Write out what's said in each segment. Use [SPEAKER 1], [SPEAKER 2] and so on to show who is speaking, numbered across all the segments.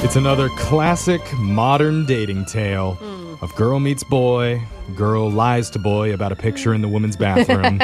[SPEAKER 1] It's another classic modern dating tale of girl meets boy, girl lies to boy about a picture in the woman's bathroom,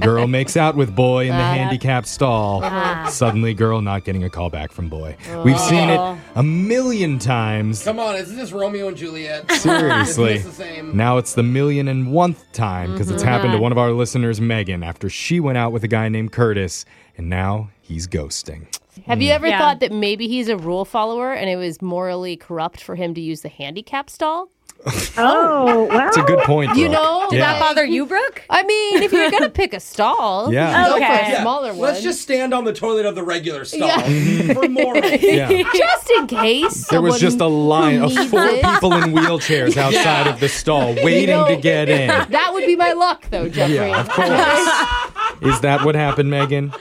[SPEAKER 1] girl makes out with boy in the handicapped stall, suddenly, girl not getting a call back from boy. We've seen it a million times.
[SPEAKER 2] Come on, isn't this Romeo and Juliet?
[SPEAKER 1] Seriously.
[SPEAKER 2] Isn't this the same?
[SPEAKER 1] Now it's the million and one time because it's happened to one of our listeners, Megan, after she went out with a guy named Curtis, and now he's ghosting.
[SPEAKER 3] Have
[SPEAKER 1] Mm.
[SPEAKER 3] you ever
[SPEAKER 4] Yeah.
[SPEAKER 3] thought that maybe he's a rule follower and it was morally corrupt for him to use the handicap stall?
[SPEAKER 4] Oh, wow.
[SPEAKER 1] It's a good point.
[SPEAKER 3] You
[SPEAKER 1] Brooke.
[SPEAKER 3] know,
[SPEAKER 1] yeah.
[SPEAKER 4] That bother you, Brooke?
[SPEAKER 3] I mean, if you're gonna pick a stall,
[SPEAKER 1] Yeah.
[SPEAKER 3] you should go for
[SPEAKER 4] Oh, Okay.
[SPEAKER 3] a smaller one.
[SPEAKER 2] Let's just stand on the toilet of the regular stall
[SPEAKER 3] Yeah.
[SPEAKER 2] for more.
[SPEAKER 1] Yeah.
[SPEAKER 3] Just in case.
[SPEAKER 1] There was just a line of
[SPEAKER 3] needs
[SPEAKER 1] four
[SPEAKER 3] it.
[SPEAKER 1] people in wheelchairs outside of the stall waiting
[SPEAKER 3] know-
[SPEAKER 1] to get in.
[SPEAKER 3] That would be my luck, though, Jeffrey.
[SPEAKER 1] Yeah, of course. Is that what happened, Megan?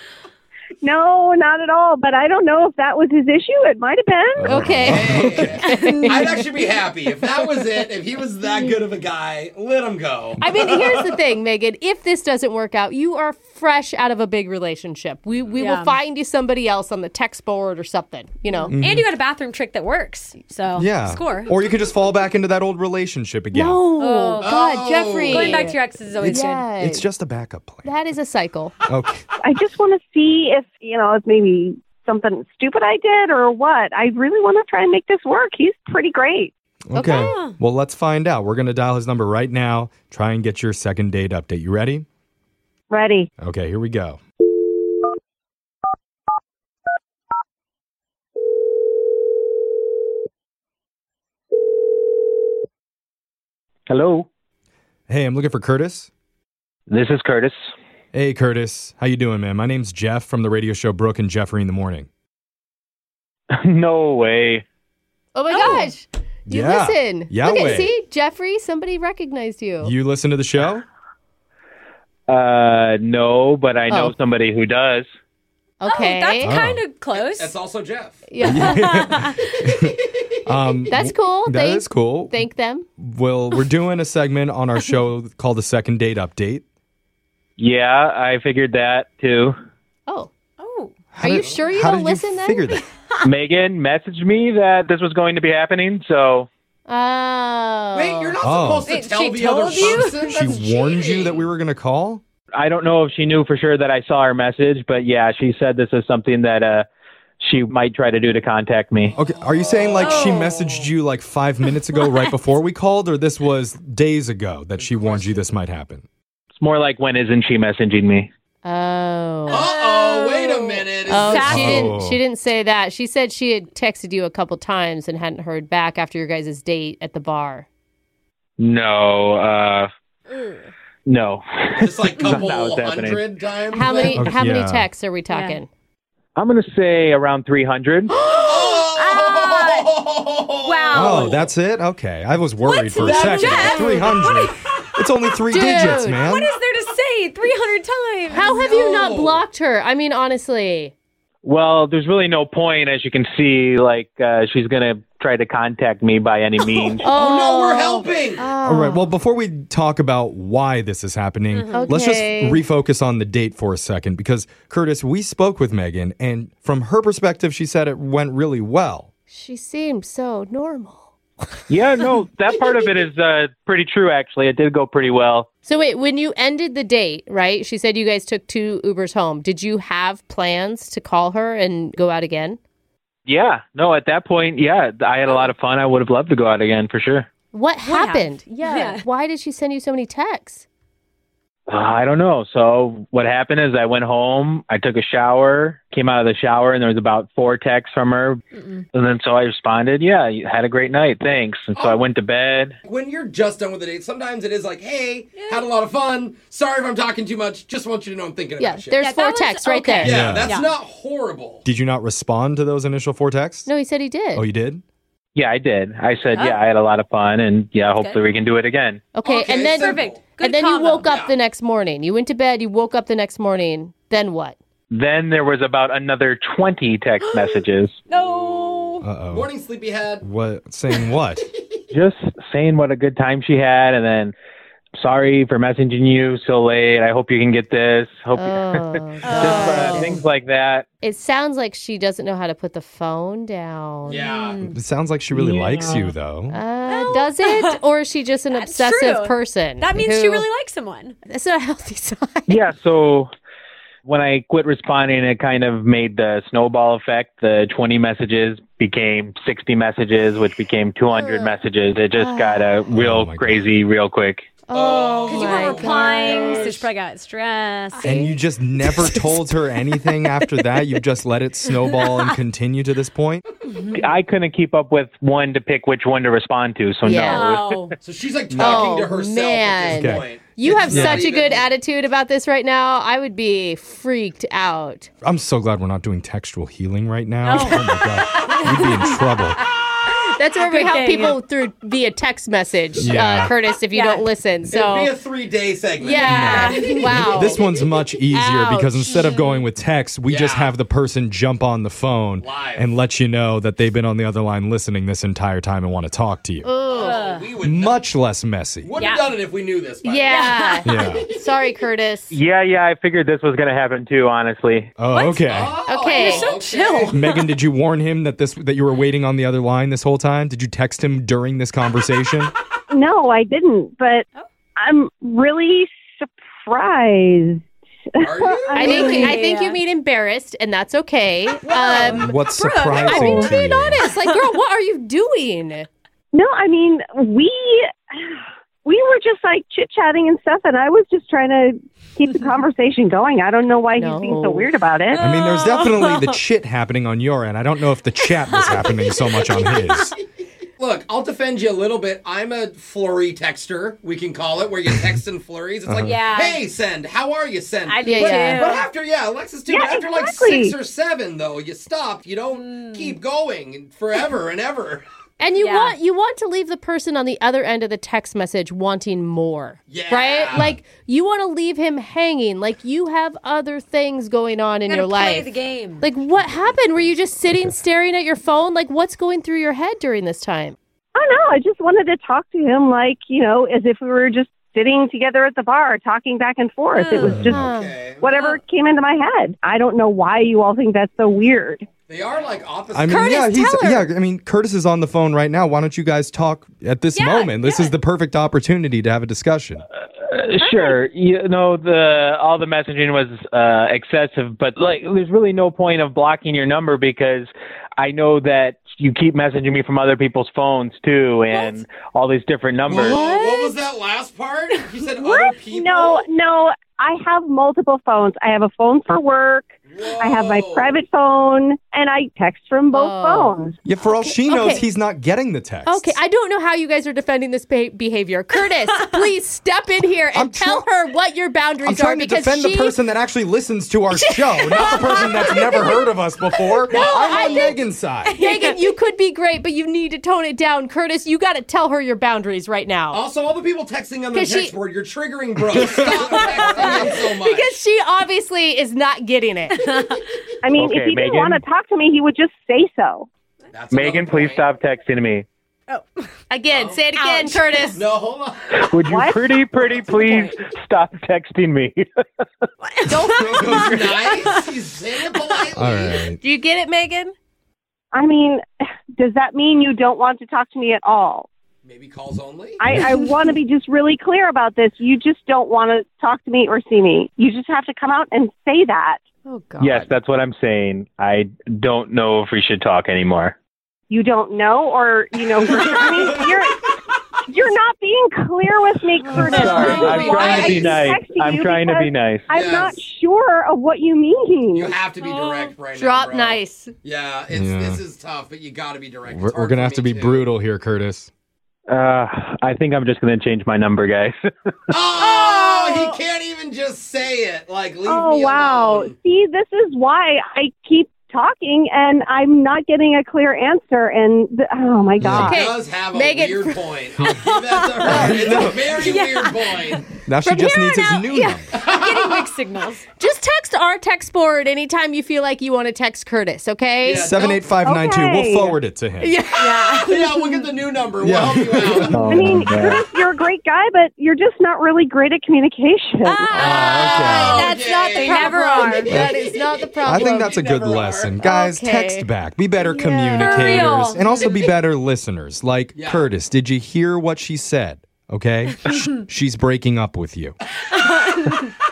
[SPEAKER 4] No, not at all. But I don't know if that was his issue. It might have been.
[SPEAKER 3] Okay.
[SPEAKER 2] I'd actually be happy if that was it. If he was that good of a guy, let him go.
[SPEAKER 3] I mean, here's the thing, Megan. If this doesn't work out, you are fresh out of a big relationship. We we
[SPEAKER 4] Yeah.
[SPEAKER 3] will find you somebody else on the text board or something. You know.
[SPEAKER 1] Mm.
[SPEAKER 4] And you got a bathroom trick that works. So,
[SPEAKER 1] Yeah.
[SPEAKER 4] score.
[SPEAKER 1] Or you could just fall back into that old relationship again.
[SPEAKER 3] Oh, God,
[SPEAKER 2] Oh.
[SPEAKER 3] Jeffrey.
[SPEAKER 4] Going back to your exes is always good.
[SPEAKER 3] yeah.
[SPEAKER 1] It's just a backup plan.
[SPEAKER 3] that is a cycle.
[SPEAKER 1] Okay.
[SPEAKER 5] I just want to see if, you know, if maybe something stupid I did or what. I really want to try and make this work. He's pretty great.
[SPEAKER 1] Okay.
[SPEAKER 3] Okay.
[SPEAKER 1] Well, let's find out. We're going to dial his number right now. Try and get your second date update. You ready?
[SPEAKER 5] Ready.
[SPEAKER 1] Okay, here we go.
[SPEAKER 6] Hello,
[SPEAKER 1] Hey, I'm looking for Curtis.
[SPEAKER 6] this is Curtis.
[SPEAKER 1] Hey, Curtis. How you doing, man? My name's Jeff from the radio show Brooke and Jeffrey in the Morning.
[SPEAKER 6] no way.
[SPEAKER 3] Oh my
[SPEAKER 4] Oh.
[SPEAKER 3] gosh. You
[SPEAKER 1] Yeah.
[SPEAKER 3] listen.
[SPEAKER 1] Yeah,
[SPEAKER 3] Look
[SPEAKER 1] way.
[SPEAKER 3] at, see, Jeffrey, somebody recognized you.
[SPEAKER 1] You listen to the show?
[SPEAKER 6] Uh, no, but I know
[SPEAKER 3] Oh.
[SPEAKER 6] somebody who does.
[SPEAKER 3] okay.
[SPEAKER 4] Oh, that's
[SPEAKER 1] Oh.
[SPEAKER 4] kind of close.
[SPEAKER 2] That's also Jeff.
[SPEAKER 3] yeah.
[SPEAKER 1] Um,
[SPEAKER 3] That's cool.
[SPEAKER 1] That
[SPEAKER 3] thank,
[SPEAKER 1] is cool.
[SPEAKER 3] thank them.
[SPEAKER 1] well, we're doing a segment on our show called the Second Date Update.
[SPEAKER 6] Yeah, I figured that too.
[SPEAKER 3] Oh.
[SPEAKER 4] oh,
[SPEAKER 1] How
[SPEAKER 3] Are you
[SPEAKER 1] did-
[SPEAKER 3] sure you
[SPEAKER 1] how
[SPEAKER 3] don't
[SPEAKER 1] did
[SPEAKER 3] listen then?
[SPEAKER 1] Figure that.
[SPEAKER 6] Megan messaged me that this was going to be happening, so
[SPEAKER 3] Oh.
[SPEAKER 2] Wait, you're not
[SPEAKER 1] Oh.
[SPEAKER 2] supposed to
[SPEAKER 4] Wait,
[SPEAKER 2] tell
[SPEAKER 4] she
[SPEAKER 2] the other
[SPEAKER 4] told you?
[SPEAKER 2] person.
[SPEAKER 1] She
[SPEAKER 2] That's
[SPEAKER 1] warned you
[SPEAKER 2] cheating.
[SPEAKER 1] that we were going to call.
[SPEAKER 6] I don't know if she knew for sure that I saw her message, but yeah, she said this is something that uh she might try to do to contact me.
[SPEAKER 1] Okay, are you saying like she
[SPEAKER 4] Oh.
[SPEAKER 1] messaged you like five minutes ago, right before we called, or this was days ago that she warned you this might happen?
[SPEAKER 6] It's more like when isn't she messaging me?
[SPEAKER 3] Oh.
[SPEAKER 2] Uh-oh, wait a minute. Is
[SPEAKER 3] Oh,
[SPEAKER 2] this-
[SPEAKER 3] she
[SPEAKER 4] Exactly.
[SPEAKER 3] didn't.
[SPEAKER 1] Oh.
[SPEAKER 3] She didn't say that. She said she had texted you a couple times and hadn't heard back after your guys' date at the bar.
[SPEAKER 6] No, uh no.
[SPEAKER 2] Just like
[SPEAKER 6] Not
[SPEAKER 2] couple
[SPEAKER 6] what's happening.
[SPEAKER 2] hundred times. Oh!
[SPEAKER 3] How many?
[SPEAKER 1] Okay,
[SPEAKER 3] how many
[SPEAKER 1] yeah.
[SPEAKER 3] texts are we talking?
[SPEAKER 6] I'm gonna say around three hundred.
[SPEAKER 2] Oh!
[SPEAKER 4] wow.
[SPEAKER 1] Oh, that's it. Okay, I was worried for a
[SPEAKER 4] that,
[SPEAKER 1] second.
[SPEAKER 4] Jeff?
[SPEAKER 1] Three hundred. It's only three
[SPEAKER 3] Dude,
[SPEAKER 1] digits,
[SPEAKER 3] what
[SPEAKER 1] man.
[SPEAKER 4] What is there to say 300 times?
[SPEAKER 3] How have you not
[SPEAKER 2] No.
[SPEAKER 3] blocked her? I mean, honestly.
[SPEAKER 6] Well, there's really no point, as you can see. Like uh, she's gonna try to contact me by any means.
[SPEAKER 2] Oh, no, we're helping.
[SPEAKER 1] All
[SPEAKER 3] Oh.
[SPEAKER 1] right. Well, before we talk about why this is happening, let's just
[SPEAKER 3] Mm-hmm. Okay.
[SPEAKER 1] refocus on the date for a second because Curtis, we spoke with Megan, and from her perspective, she said it went really well.
[SPEAKER 3] She seemed so normal.
[SPEAKER 6] yeah, no, that part of it is uh, pretty true. Actually, it did go pretty well.
[SPEAKER 3] So wait, when you ended the date, right? She said you guys took two Ubers home. Did you have plans to call her and go out again?
[SPEAKER 6] Yeah, no, at that point, yeah, I had a lot of fun. I would have loved to go out again for sure.
[SPEAKER 3] What
[SPEAKER 4] have.
[SPEAKER 3] happened?
[SPEAKER 4] Yeah.
[SPEAKER 3] Why did she send you so many texts?
[SPEAKER 6] Uh, I don't know. So what happened is I went home, I took a shower, came out of the shower, and there was about four texts from her, and then so I responded, "Yeah, you had a great night, thanks." And so I went to bed.
[SPEAKER 2] When you're just done with the date, sometimes it is like, hey, had a lot of fun. Sorry if I'm talking too much. Just want you to know I'm thinking
[SPEAKER 3] Yeah,
[SPEAKER 2] about you.
[SPEAKER 3] there's
[SPEAKER 4] Yeah, that
[SPEAKER 3] four
[SPEAKER 4] one's
[SPEAKER 3] texts right
[SPEAKER 4] okay.
[SPEAKER 3] there.
[SPEAKER 2] yeah,
[SPEAKER 1] Yeah.
[SPEAKER 2] that's
[SPEAKER 4] Yeah.
[SPEAKER 2] not horrible.
[SPEAKER 1] Did you not respond to those initial four texts?
[SPEAKER 3] No, he said he did.
[SPEAKER 1] Oh, you did.
[SPEAKER 6] Yeah, I did. I said,
[SPEAKER 4] Oh.
[SPEAKER 6] "Yeah, I had a lot of fun, and yeah, hopefully we can do it again."
[SPEAKER 3] okay,
[SPEAKER 2] Okay,
[SPEAKER 3] and then
[SPEAKER 2] simple.
[SPEAKER 4] Perfect. Good
[SPEAKER 3] and then you
[SPEAKER 4] combo.
[SPEAKER 3] woke up
[SPEAKER 2] Yeah.
[SPEAKER 3] the next morning. You went to bed. You woke up the next morning. Then what?
[SPEAKER 6] Then there was about another 20 text messages
[SPEAKER 4] No.
[SPEAKER 1] Uh oh.
[SPEAKER 2] Morning, sleepyhead.
[SPEAKER 1] What saying what?
[SPEAKER 6] just saying what a good time she had and then sorry for messaging you so late. I hope you can get this. Hope you...
[SPEAKER 3] Oh,
[SPEAKER 6] Just uh,
[SPEAKER 3] God.
[SPEAKER 6] things like that.
[SPEAKER 3] It sounds like she doesn't know how to put the phone down.
[SPEAKER 2] Yeah.
[SPEAKER 1] It sounds like she really likes you, though.
[SPEAKER 3] Uh,
[SPEAKER 7] Well,
[SPEAKER 3] does it? Or is she just an
[SPEAKER 7] that's
[SPEAKER 3] obsessive
[SPEAKER 7] true.
[SPEAKER 3] person?
[SPEAKER 7] That means she
[SPEAKER 3] who-
[SPEAKER 7] really likes someone.
[SPEAKER 3] That's not a healthy sign.
[SPEAKER 6] Yeah. So when I quit responding, it kind of made the snowball effect. The 20 messages became 60 messages, which became 200 messages. It just got a
[SPEAKER 1] Oh,
[SPEAKER 6] real
[SPEAKER 1] my God.
[SPEAKER 6] crazy real quick.
[SPEAKER 3] Oh,
[SPEAKER 7] Because you
[SPEAKER 3] my
[SPEAKER 7] were replying, so
[SPEAKER 3] gosh.
[SPEAKER 7] she probably got stressed.
[SPEAKER 1] And you just never told her anything after that. You just let it snowball and continue to this point.
[SPEAKER 6] I couldn't keep up with one to pick which one to respond to. So
[SPEAKER 3] Yeah.
[SPEAKER 6] no.
[SPEAKER 4] Oh.
[SPEAKER 7] Wow.
[SPEAKER 2] So she's like talking
[SPEAKER 3] Oh,
[SPEAKER 2] to herself at
[SPEAKER 3] man.
[SPEAKER 2] this
[SPEAKER 1] Okay.
[SPEAKER 2] point.
[SPEAKER 3] You
[SPEAKER 2] It's
[SPEAKER 3] have
[SPEAKER 2] not
[SPEAKER 3] such a
[SPEAKER 2] even-
[SPEAKER 3] good attitude about this right now. I would be freaked out.
[SPEAKER 1] I'm so glad we're not doing textual healing right now. Oh, my God. We'd be in trouble.
[SPEAKER 3] That's where we
[SPEAKER 7] Good
[SPEAKER 3] help
[SPEAKER 7] thing.
[SPEAKER 3] people through via text message, uh,
[SPEAKER 1] Yeah.
[SPEAKER 3] Curtis. If you
[SPEAKER 7] Yeah.
[SPEAKER 3] don't listen,
[SPEAKER 2] It'd be a
[SPEAKER 3] so
[SPEAKER 2] three-day segment.
[SPEAKER 3] yeah, wow.
[SPEAKER 1] This one's much easier because
[SPEAKER 3] Ouch.
[SPEAKER 1] instead of going with text, we just
[SPEAKER 2] Yeah.
[SPEAKER 1] have the person jump on the phone
[SPEAKER 2] Live.
[SPEAKER 1] and let you know that they've been on the other line listening this entire time and want to talk to you.
[SPEAKER 2] Oh, we would
[SPEAKER 1] Much less messy.
[SPEAKER 2] would have
[SPEAKER 7] Yeah.
[SPEAKER 2] done it if we knew this. by the way.
[SPEAKER 3] yeah.
[SPEAKER 1] Yeah.
[SPEAKER 3] Sorry, Curtis.
[SPEAKER 6] Yeah, yeah. I figured this was going to happen too, honestly.
[SPEAKER 1] Oh, okay.
[SPEAKER 2] Oh,
[SPEAKER 3] Okay. You're so
[SPEAKER 7] chill.
[SPEAKER 1] Megan, did you warn him that this that you were waiting on the other line this whole time? Did you text him during this conversation?
[SPEAKER 4] No, I didn't, but I'm really surprised.
[SPEAKER 2] Are you?
[SPEAKER 3] I think I think you
[SPEAKER 7] Yeah.
[SPEAKER 3] mean embarrassed, and that's okay. Um,
[SPEAKER 1] What's
[SPEAKER 7] Brooke,
[SPEAKER 1] surprising
[SPEAKER 3] I mean, we're
[SPEAKER 1] to
[SPEAKER 3] being
[SPEAKER 1] you?
[SPEAKER 3] honest. Like, girl, what are you doing?
[SPEAKER 4] No, I mean, we we were just like chit-chatting and stuff and I was just trying to keep the conversation going. I don't know why
[SPEAKER 3] No. Uh.
[SPEAKER 4] he's being so weird about it.
[SPEAKER 1] I mean, there's definitely the chit happening on your end. I don't know if the chat was happening so much on his.
[SPEAKER 2] Look, I'll defend you a little bit. I'm a flurry texter, we can call it, where you text in flurries. It's
[SPEAKER 3] Uh-huh.
[SPEAKER 2] like,
[SPEAKER 7] Yeah.
[SPEAKER 2] hey, send, how are you, send?
[SPEAKER 7] I do
[SPEAKER 3] Yeah,
[SPEAKER 7] too.
[SPEAKER 3] yeah.
[SPEAKER 2] But after, yeah, Alexis, too,
[SPEAKER 4] Yeah,
[SPEAKER 2] but after like
[SPEAKER 4] exactly.
[SPEAKER 2] six or seven, though, you stop. You
[SPEAKER 3] Hmm.
[SPEAKER 2] don't keep going and forever and ever.
[SPEAKER 3] And you
[SPEAKER 7] Yeah.
[SPEAKER 3] want you want to leave the person on the other end of the text message wanting more.
[SPEAKER 2] Yeah.
[SPEAKER 3] Right? Like you want to leave him hanging. Like you have other things going on in
[SPEAKER 7] Gotta
[SPEAKER 3] your
[SPEAKER 7] play
[SPEAKER 3] life.
[SPEAKER 7] the game.
[SPEAKER 3] Like what happened? Were you just sitting staring at your phone? Like what's going through your head during this time?
[SPEAKER 4] I don't know. I just wanted to talk to him like, you know, as if we were just sitting together at the bar talking back and forth. It was just
[SPEAKER 3] Uh, Huh.
[SPEAKER 2] Okay.
[SPEAKER 4] whatever came into my head. I don't know why you all think that's so weird.
[SPEAKER 2] They are like opposite.
[SPEAKER 1] I mean,
[SPEAKER 7] Curtis,
[SPEAKER 1] yeah, he's
[SPEAKER 7] tell her.
[SPEAKER 1] yeah. I mean, Curtis is on the phone right now. Why don't you guys talk at this
[SPEAKER 7] Yeah,
[SPEAKER 1] moment? This
[SPEAKER 7] yeah.
[SPEAKER 1] is the perfect opportunity to have a discussion.
[SPEAKER 6] Uh, sure. You know, the all the messaging was uh, excessive, but like, there's really no point of blocking your number because I know that you keep messaging me from other people's phones too, and all these different numbers.
[SPEAKER 2] Whoa, what was that last part? You said other people?
[SPEAKER 4] No, no. I have multiple phones. I have a phone for work. I have my
[SPEAKER 2] Whoa.
[SPEAKER 4] private phone, and I text from both
[SPEAKER 3] Oh.
[SPEAKER 4] phones.
[SPEAKER 1] Yeah, for all she knows,
[SPEAKER 3] okay.
[SPEAKER 1] he's not getting the text.
[SPEAKER 3] Okay, I don't know how you guys are defending this ba- behavior. Curtis, please step in here and
[SPEAKER 1] I'm
[SPEAKER 3] tell
[SPEAKER 1] try-
[SPEAKER 3] her what your boundaries
[SPEAKER 1] am trying to
[SPEAKER 3] are because
[SPEAKER 1] defend
[SPEAKER 3] she
[SPEAKER 1] the person that actually listens to our show, not the person that's never heard of us before. I'm
[SPEAKER 3] I
[SPEAKER 1] on
[SPEAKER 3] think-
[SPEAKER 1] Megan's side.
[SPEAKER 3] Megan, you could be great, but you need to tone it down. Curtis, you got to tell her your boundaries right now.
[SPEAKER 2] Also, all the people texting on the
[SPEAKER 3] 'Cause
[SPEAKER 2] text
[SPEAKER 3] she-
[SPEAKER 2] board, you're triggering bro. Stop texting him so much.
[SPEAKER 3] Because she obviously is not getting it.
[SPEAKER 4] I mean, if
[SPEAKER 6] Okay,
[SPEAKER 4] he didn't
[SPEAKER 6] Megan.
[SPEAKER 4] want to talk to me, he would just say so.
[SPEAKER 2] That's
[SPEAKER 6] Megan,
[SPEAKER 2] another
[SPEAKER 6] please
[SPEAKER 2] point.
[SPEAKER 6] stop texting me.
[SPEAKER 3] Again, say it again, Curtis.
[SPEAKER 2] No, hold on.
[SPEAKER 6] Would you pretty, pretty please stop texting me?
[SPEAKER 2] He's nice. He's saying it politely.
[SPEAKER 1] All right.
[SPEAKER 3] Do you get it, Megan?
[SPEAKER 4] I mean, does that mean you don't want to talk to me at all?
[SPEAKER 2] Maybe calls only.
[SPEAKER 4] I, I want to be just really clear about this. You just don't want to talk to me or see me. You just have to come out and say that.
[SPEAKER 3] Oh God.
[SPEAKER 6] yes, that's what I'm saying. I don't know if we should talk anymore.
[SPEAKER 4] You don't know, or you know, I mean, you're you're not being clear with me, Curtis.
[SPEAKER 6] Sorry,
[SPEAKER 2] Oh,
[SPEAKER 6] I'm
[SPEAKER 2] wait,
[SPEAKER 6] trying to be
[SPEAKER 2] wait.
[SPEAKER 6] nice.
[SPEAKER 4] Texting
[SPEAKER 6] I'm
[SPEAKER 4] you
[SPEAKER 6] trying to
[SPEAKER 4] because
[SPEAKER 6] be nice.
[SPEAKER 4] I'm
[SPEAKER 2] Yes.
[SPEAKER 4] not sure of what you mean.
[SPEAKER 2] You have to be direct right now.
[SPEAKER 3] Oh, Drop
[SPEAKER 2] bro.
[SPEAKER 3] nice.
[SPEAKER 2] Yeah, it's,
[SPEAKER 1] Yeah.
[SPEAKER 2] this is tough, but you got to be direct.
[SPEAKER 1] We're, we're going to have to be
[SPEAKER 2] brutal.
[SPEAKER 1] brutal here, Curtis.
[SPEAKER 6] Uh, I think I'm just going to change my number, guys.
[SPEAKER 2] Oh, he can't even just say it. Like, leave
[SPEAKER 4] Oh
[SPEAKER 2] me
[SPEAKER 4] wow!
[SPEAKER 2] alone.
[SPEAKER 4] See, this is why I keep talking and I'm not getting a clear answer. And the, oh my God.
[SPEAKER 3] Okay,
[SPEAKER 2] does have a
[SPEAKER 3] Megan-
[SPEAKER 2] weird point. I'll give that to her. It's a very weird point.
[SPEAKER 1] Now she
[SPEAKER 3] From
[SPEAKER 1] just
[SPEAKER 3] here
[SPEAKER 1] needs
[SPEAKER 3] on
[SPEAKER 1] his
[SPEAKER 3] out-
[SPEAKER 1] new
[SPEAKER 3] yeah.
[SPEAKER 1] number.
[SPEAKER 7] Getting mixed signals.
[SPEAKER 3] Just text our text board anytime you feel like you want to text Curtis, okay?
[SPEAKER 2] Yeah.
[SPEAKER 1] Seven eight five nine two.
[SPEAKER 4] Okay.
[SPEAKER 1] We'll forward it to him.
[SPEAKER 2] Yeah, we'll get the new number. We'll
[SPEAKER 1] Yeah.
[SPEAKER 2] help you out.
[SPEAKER 6] Oh,
[SPEAKER 4] I mean,
[SPEAKER 6] my God.
[SPEAKER 4] Curtis, you're a great guy, but you're just not really great at communication.
[SPEAKER 1] Oh, Ah,
[SPEAKER 3] That's not the
[SPEAKER 2] They
[SPEAKER 3] problem.
[SPEAKER 7] never are.
[SPEAKER 3] That is not the problem.
[SPEAKER 1] I think that's a
[SPEAKER 2] you
[SPEAKER 1] good
[SPEAKER 2] never are.
[SPEAKER 1] lesson. Guys,
[SPEAKER 3] Okay.
[SPEAKER 1] text back. Be better
[SPEAKER 7] For
[SPEAKER 1] communicators
[SPEAKER 7] real.
[SPEAKER 1] and also be better listeners. Like
[SPEAKER 2] Yeah.
[SPEAKER 1] Curtis, did you hear what she said? Okay? Sh- She's breaking up with you.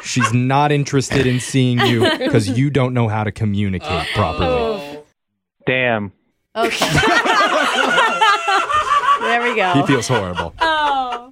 [SPEAKER 1] She's not interested in seeing you because you don't know how to communicate properly.
[SPEAKER 6] Damn.
[SPEAKER 3] Okay. there we go.
[SPEAKER 1] He feels horrible.